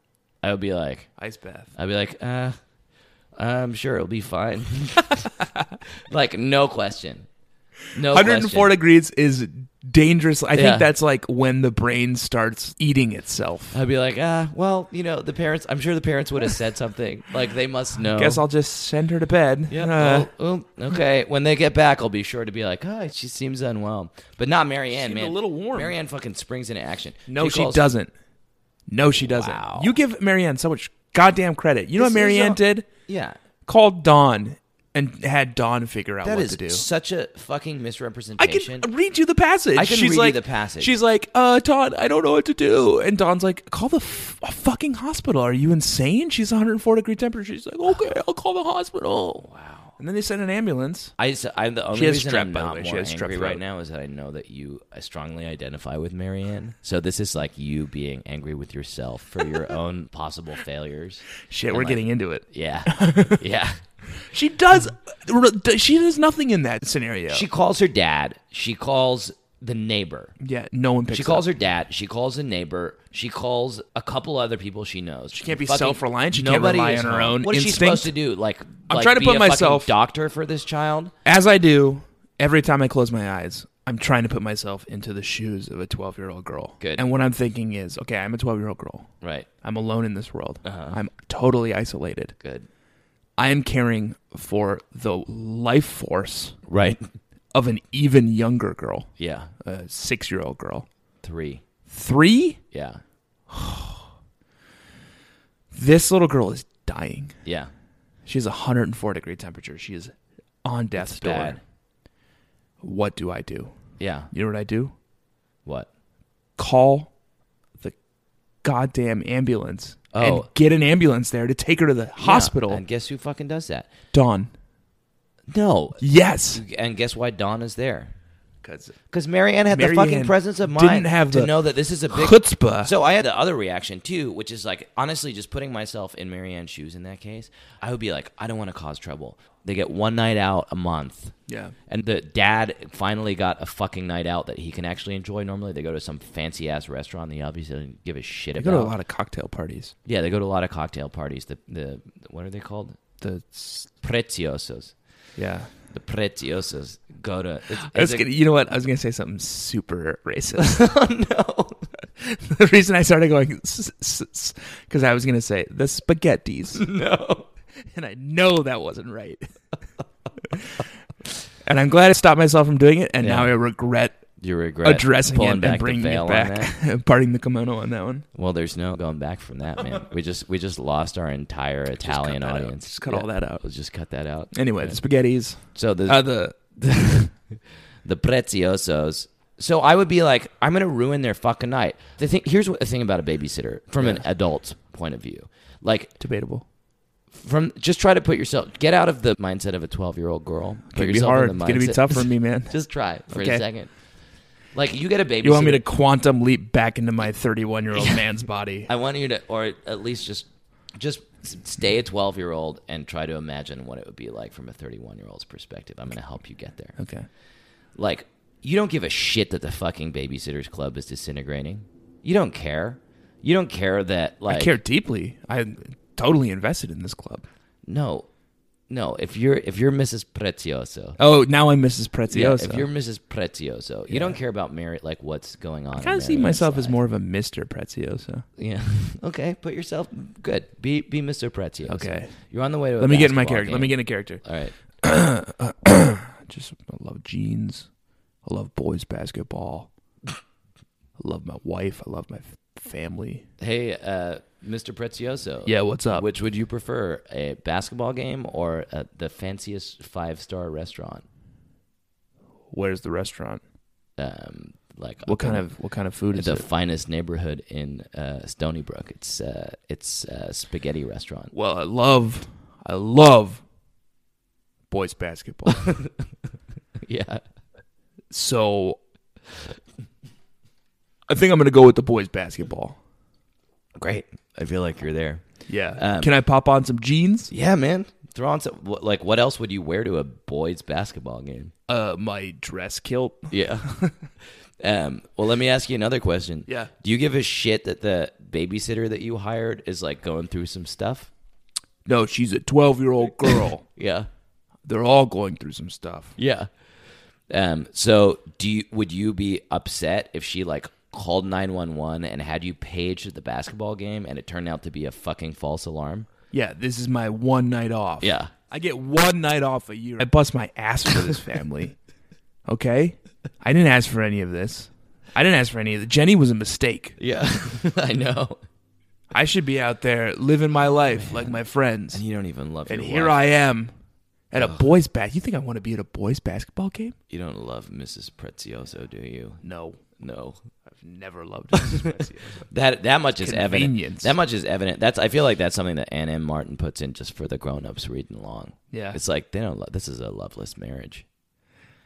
B: I would be like,
C: ice bath.
B: I'd be like, uh, I'm sure it'll be fine. like, no question. No
C: 104
B: question.
C: degrees is dangerous. I
B: Yeah.
C: think that's like when the brain starts eating itself.
B: I'd be like, ah, well, you know, the parents, I'm sure the parents would have said something. Like, they must know.
C: Guess I'll just send her to bed.
B: Yeah.
C: Uh,
B: well, well, okay. When they get back, I'll be sure to be like, oh, she seems unwell. But not Marianne,
C: Seemed a
B: man.
C: little warm.
B: Marianne fucking springs into action.
C: No, she,
B: calls-
C: doesn't. No, she doesn't.
B: Wow.
C: You give Marianne so much goddamn credit. You know
B: This
C: what
B: is
C: Marianne
B: all-
C: did?
B: Yeah.
C: Called Dawn and had Dawn figure out
B: That
C: what
B: is
C: to do.
B: such a fucking
C: I uh,
B: misrepresentation.
C: can read you the passage.
B: I can
C: she's
B: read you
C: like,
B: the passage.
C: She's like, uh, Dawn, I don't know what to do. And Dawn's like, call the f- fucking hospital. Are you insane? She's 104 degree temperature. She's like, okay, I'll call the hospital. Wow. And then they send an ambulance.
B: I, s- I'm the only
C: She has
B: reason
C: strep,
B: I'm
C: by the
B: not
C: way. She
B: more
C: has strep
B: angry
C: throat.
B: right now is that I know that you uh, strongly identify with Marianne. So this is like you being angry with yourself for your own possible failures.
C: Shit,
B: And
C: we're
B: like-
C: getting into it.
B: Yeah, yeah.
C: She does. She does nothing in that scenario.
B: Hmm. She calls her dad. She calls the neighbor.
C: yeah, no one picks.
B: She
C: up.
B: calls her dad. She calls a neighbor. She calls a couple other people she knows. She
C: can't be self-reliant. She can't rely on her own
B: What is she
C: instinct.
B: supposed to do? Like,
C: I'm
B: like,
C: trying to
B: be
C: put
B: a fucking
C: myself-
B: doctor for this child.
C: As I do every time I close my eyes, I'm trying to put myself into the shoes of a 12 year old girl.
B: Good.
C: And what I'm thinking is, okay, I'm a 12 year old girl.
B: Right.
C: I'm alone in this world.
B: Uh-huh.
C: I'm totally isolated.
B: Good.
C: I am caring for the life force
B: Right.
C: of an even younger girl,
B: Yeah.
C: a six year old girl.
B: Three.
C: Three,
B: Yeah.
C: this little girl is dying.
B: Yeah.
C: She has 104 degree temperature. She is on death's door.
B: bad.
C: What do I do?
B: Yeah.
C: You know what I do?
B: What?
C: call the goddamn ambulance and
B: Oh.
C: get an ambulance there to take her to the hospital.
B: And guess who fucking does that?
C: Dawn.
B: No.
C: Yes.
B: And guess why Dawn is there?
C: because
B: Because Marianne had the
C: Mary
B: fucking
C: Ann
B: presence of mind
C: didn't have
B: to
C: the
B: know that this is a big
C: chutzpah.
B: So I had the other reaction too, which is like honestly just putting myself in Marianne's shoes in that case. I would be like, I don't want to cause trouble. They get one night out a month.
C: yeah,
B: And the dad finally got a fucking night out that he can actually enjoy. Normally, they go to some fancy ass restaurant. They obviously don't give a shit
C: I
B: about.
C: go to a lot of cocktail parties.
B: yeah, they go to a lot of cocktail parties. The the what are they called?
C: The s-
B: Preciosos.
C: yeah,
B: The preciosos go to. It's,
C: I was
B: it's a-
C: gonna, you know what? I was gonna say something super racist.
B: no.
C: the reason I started going because I was gonna say the spaghettis,
B: No.
C: and I know that wasn't right. and I'm glad I stopped myself from doing it, and now I
B: Yeah.
C: regret
B: You regret
C: addressing it
B: pulling
C: and
B: back the
C: bringing
B: veil on
C: it
B: that?
C: back, parting the kimono on that one.
B: Well, there's no going back from that, man. we just we just lost our entire Italian
C: that out.
B: audience.
C: Just cut all that out.
B: Let's just cut that out.
C: Anyway,
B: Yeah.
C: the spaghettis,
B: so the
C: uh, the
B: the preziosos. So I would be like, I'm gonna ruin their fucking night. The thing here's what the thing about a babysitter from an
C: Yeah.
B: adult's point of view, like
C: debatable.
B: from just try to put yourself get out of the mindset of a 12 year old girl. Put
C: It's gonna be
B: yourself
C: hard.
B: In
C: It's
B: the
C: gonna be
B: mindset-
C: tough for me, man.
B: just try for
C: Okay.
B: a second. Like you get a babysitter.
C: You want me to quantum leap back into my 31 year old man's body?
B: I want you to, or at least just, just s- stay a twelve year old and try to imagine what it would be like from a thirty one year old's perspective. I'm going to help you get there.
C: Okay.
B: Like you don't give a shit that the fucking Babysitters Club is disintegrating. You don't care. You don't care that like
C: I care deeply. I'm totally invested in this club.
B: no, no. If you're if you're Mrs. Prezioso.
C: Oh, now I'm Mrs.
B: Yeah,
C: Prezioso.
B: if you're Mrs. Prezioso, you don't care about merit, like what's going on.
C: I
B: in
C: kind of see
B: Marianne's
C: myself as
B: life.
C: more of a Mr. Prezioso.
B: Yeah. Okay. Put yourself good. Be be Mr. Prezioso.
C: Okay.
B: You're on the way to. a
C: Let me get in my
B: basketball
C: character. Let
B: game.
C: me get in a character.
B: All right.
C: Just I love jeans. I love boys basketball. I love my wife. I love my f- family.
B: Hey, uh, Mr. Prezioso.
C: Yeah, what's up?
B: Which would you prefer, a basketball game or uh, the fanciest five star restaurant?
C: Where's the restaurant?
B: Um, like
C: What kind of what kind of food is
B: the
C: it?
B: finest neighborhood in uh, Stony Brook? It's uh, it's uh, spaghetti restaurant.
C: Well, I love, I love boys basketball.
B: yeah.
C: so I think I'm gonna go with the boys basketball.
B: Great. I feel like you're there.
C: Yeah.
B: Um,
C: Can I pop on some jeans?
B: Yeah, man. Throw on some. What, like, what else would you wear to a boys' basketball game?
C: Uh, my dress kilt.
B: Yeah. um, well, let me ask you another question.
C: Yeah.
B: Do you give a shit that the babysitter that you hired is like going through some stuff?
C: No, she's a 12 year old girl.
B: Yeah.
C: They're all going through some stuff.
B: Yeah. Um, so do you would you be upset if she like called 911 and had you paged at the basketball game and it turned out to be a fucking false alarm?
C: Yeah, this is my one night off.
B: Yeah.
C: I get one night off a year. I bust my ass for this family. okay? I didn't ask for any of this. I didn't ask for any of it. Jenny was a mistake.
B: Yeah. I know.
C: I should be out there living my life like my friends.
B: You don't even love
C: And
B: your
C: here
B: wife.
C: I am at a boys' bat. You think I want to be at a boys' basketball game?
B: You don't love Mrs. Prezioso, do you?
C: No,
B: No.
C: I've never loved it.
B: That that much is evident.
C: Convenience.
B: That much is evident. That's I feel like that's something that Ann M. Martin puts in just for the grown-ups reading along.
C: Yeah.
B: It's like they don't love this is a loveless marriage.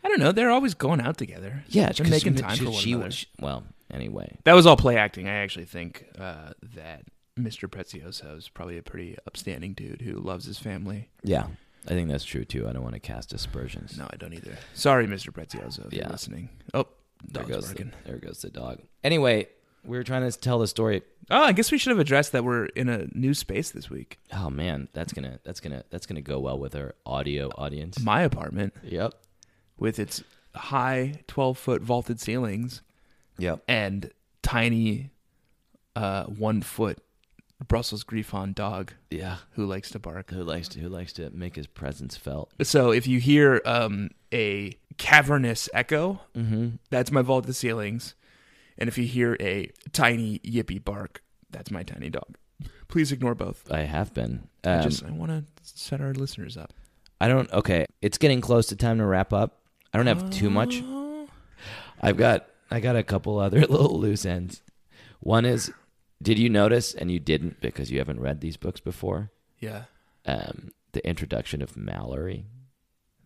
C: I don't know. They're always going out together.
B: Yeah,
C: they're
B: 'cause
C: making
B: she-
C: time
B: she-
C: for one
B: she-
C: another.
B: she- well, anyway.
C: That was all play acting. I actually think uh, that Mr. Prezioso is probably a pretty upstanding dude who loves his family.
B: Yeah, I think that's true too. I don't want to cast aspersions.
C: No, I don't either. Sorry, Mr. Prezioso, if
B: Yeah.
C: you're listening. Oh,
B: there
C: dog's
B: goes
C: barking.
B: the, there goes the dog. Anyway, we were trying to tell the story.
C: Oh, I guess we should have addressed that we're in a new space this week.
B: Oh man, that's gonna that's gonna that's gonna go well with our audio audience.
C: My apartment
B: Yep.
C: with its high 12 foot vaulted ceilings
B: Yep.
C: and tiny uh, one foot Brussels Griffon dog
B: Yeah.
C: who likes to bark.
B: Who likes to who likes to make his presence felt?
C: So if you hear um, a cavernous echo, that's my vaulted ceilings. And if you hear a tiny yippy bark, that's my tiny dog. Please ignore both.
B: I have been.
C: I
B: Um,
C: just I want to set our listeners up.
B: I don't. Okay, it's getting close to time to wrap up. I don't have too much. I've got I got a couple other little loose ends. One is, did you notice? And you didn't because you haven't read these books before.
C: Yeah,
B: um, the introduction of Mallory.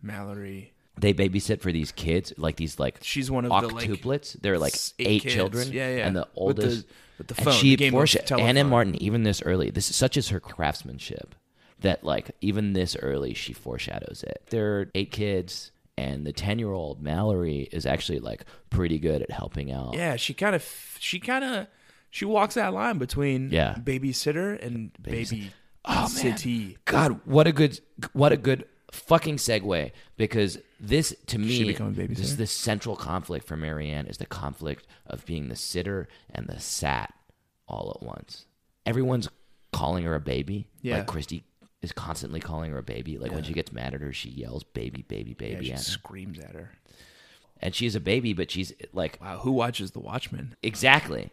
C: Mallory.
B: they babysit for these kids, like these like
C: She's one of the, like,
B: octuplets. They're like
C: s- eight
B: eight,
C: kids.
B: children.
C: Yeah, yeah.
B: And the
C: With the-
B: oldest.
C: with the
B: and
C: phone,
B: she
C: the game of
B: Portia Anna
C: telephone.
B: Martin, even this early. This is such is her craftsmanship that like even this early she foreshadows it. There are eight kids. And the ten-year-old Mallory is actually like pretty good at helping out.
C: Yeah, she kind of she kind of she walks that line between
B: Yeah. Oh,
C: babysitter and baby city.
B: God, what a good what a good fucking segue because this to me
C: become a babysitter?
B: this is the central conflict for Marianne is the conflict of being the sitter and the sat all at once. Everyone's calling her a baby.
C: Yeah.
B: Like Christy is constantly calling her a baby. Like when she gets mad at her, she yells baby, baby,
C: Yeah,
B: baby
C: she
B: at her.
C: screams at her.
B: And she's a baby, but she's like
C: Wow, who watches The Watchmen?
B: Exactly.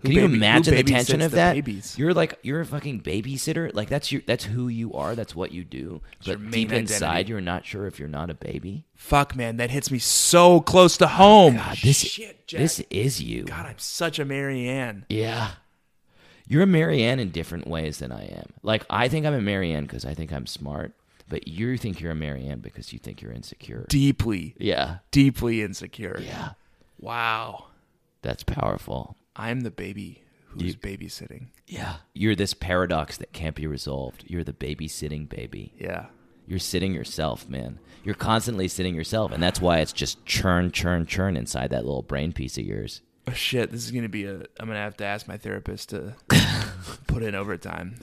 C: Who
B: Can you
C: baby- who
B: imagine the
C: babysits
B: tension of
C: the
B: that?
C: babies?
B: You're like you're a fucking babysitter. Like that's your that's who you are. That's what you do.
C: your
B: But
C: main
B: deep inside,
C: identity.
B: you're not sure if you're not a baby.
C: Fuck, man, that hits me so close to home.
B: God, this
C: Ah, Shit, Jack.
B: this is you.
C: God, I'm such a Marianne.
B: Yeah. You're a Marianne in different ways than I am. Like I think I'm a Marianne because I think I'm smart, but you think you're a Marianne because you think you're insecure.
C: Deeply,
B: yeah.
C: deeply insecure.
B: Yeah.
C: Wow,
B: That's powerful.
C: I'm the baby who's babysitting.
B: Yeah. You're this paradox that can't be resolved. You're the babysitting baby.
C: Yeah,
B: You're sitting yourself, man. You're constantly sitting yourself, and that's why it's just churn, churn, churn inside that little brain piece of yours.
C: Oh shit, this is gonna be a. I'm gonna have to ask my therapist to put in overtime.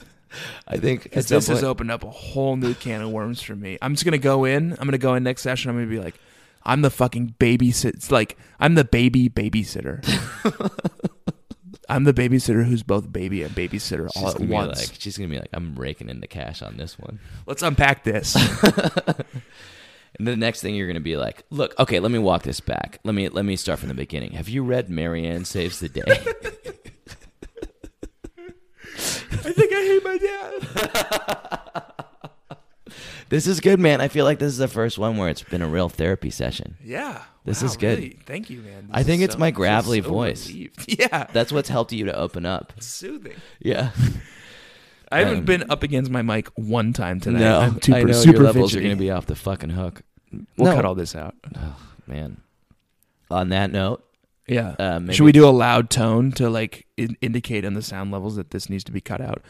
B: I think
C: Because this has opened up a whole new can of worms for me. I'm just gonna go in. I'm gonna go in next session. I'm gonna be like, I'm the fucking babysit. It's like I'm the baby babysitter. I'm the babysitter who's both baby and babysitter all at once.
B: Like, she's gonna be like, "I'm raking in the cash on this one,"
C: Let's unpack this.
B: and the next thing you're gonna be like, "Look, okay, let me walk this back. Let me let me start from the beginning. Have you read Marianne Saves the Day?"
C: I think I hate my dad.
B: this is good, man. I feel like this is the first one where it's been a real therapy session.
C: Yeah,
B: This
C: Wow,
B: is good.
C: really. Thank you, man.
B: I
C: This
B: think
C: is
B: it's my
C: I feel
B: gravelly
C: so
B: voice.
C: relieved. Yeah,
B: That's what's helped you to open up.
C: soothing.
B: Yeah.
C: I haven't
B: Um,
C: been up against my mic one time tonight.
B: no,
C: I'm super,
B: I know
C: super
B: your levels
C: fidgety.
B: are gonna be off the fucking hook.
C: We'll
B: No.
C: cut all this out.
B: Oh, man. On that note,
C: Yeah.
B: Uh, maybe
C: Should we do a loud tone to like in- indicate on the sound levels that this needs to be cut out?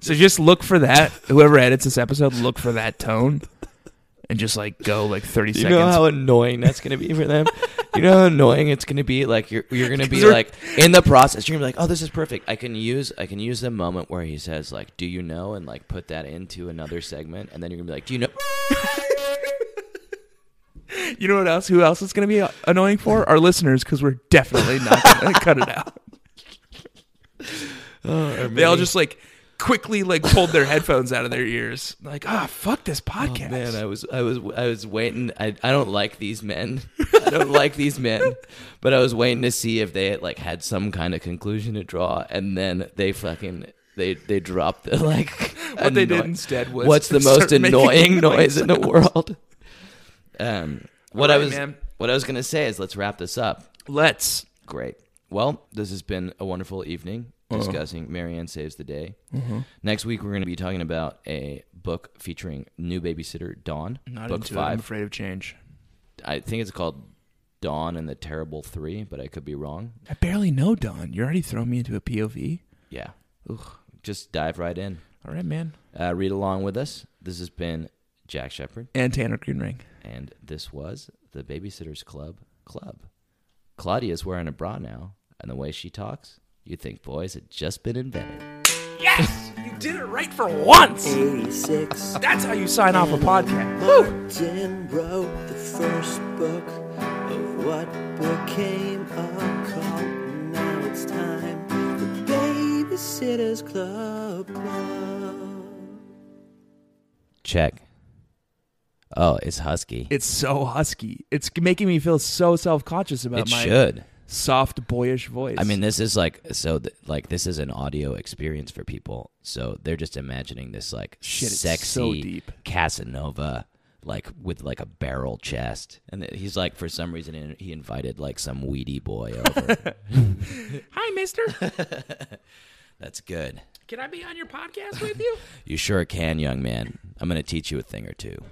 C: So just look for that. Whoever edits this episode, look for that tone, and just like go like thirty
B: you
C: seconds.
B: know how annoying that's going to be for them. you know how annoying it's going to be. Like you're you're going to be
C: They're-
B: like in the process. You're going to be like, oh, this is perfect. I can use I can use the moment where he says like, do you know, and like put that into another segment, and then you're going to be like, do you know?
C: you know what else? Who else it's going to be annoying for our listeners? Because we're definitely not going to cut it out.
B: Oh,
C: They all just like quickly like pulled their headphones out of their ears. Like, ah, fuck this podcast.
B: Oh, Man, I was, I was, I was waiting. I, I don't like these men. I don't like these men. But I was waiting to see if they had, like had some kind of conclusion to draw, and then they fucking they they dropped the like.
C: What they did
B: annoy-
C: instead was
B: what's the most
C: start making
B: annoying noise in the world? Um, what I
C: Alright,
B: was
C: man.
B: what I was gonna say is let's wrap this up.
C: Let's.
B: Great. Well, this has been a wonderful evening
C: Uh-huh.
B: discussing Marianne Saves the Day.
C: Mm-hmm.
B: Next week, we're going to be talking about a book featuring new babysitter Dawn.
C: Not
B: book
C: into it. I'm afraid of change.
B: I think it's called Dawn and the Terrible Three, but I could be wrong.
C: I barely know Don. You're already throwing me into a POV.
B: Yeah. Just dive right in.
C: All right, man.
B: Uh, read along with us. This has been Jack Shepard,
C: And Tanner Greenring.
B: and this was the Babysitters Club Club. Claudia's wearing a bra now, and the way she talks, you'd think boys had just been invented.
C: Yes! You did it right for once!
A: 86.
C: That's how you sign off a podcast. Woo!
A: Martin wrote the first book of what became a cult. Now it's time for Babysitter's Club. Club.
B: Check. Oh, it's husky.
C: It's so husky. It's making me feel so self conscious about
B: It
C: my
B: should.
C: soft, boyish voice.
B: I mean, this is like so. Th- like, this is an audio experience for people, so they're just imagining this like
C: Shit, it's
B: sexy
C: so deep.
B: Casanova, like with like a barrel chest, and th- he's like for some reason in- he invited like some weedy boy over.
C: hi, mister.
B: That's good.
C: Can I be on your podcast with you?
B: You sure can, young man. I'm going to teach you a thing or two.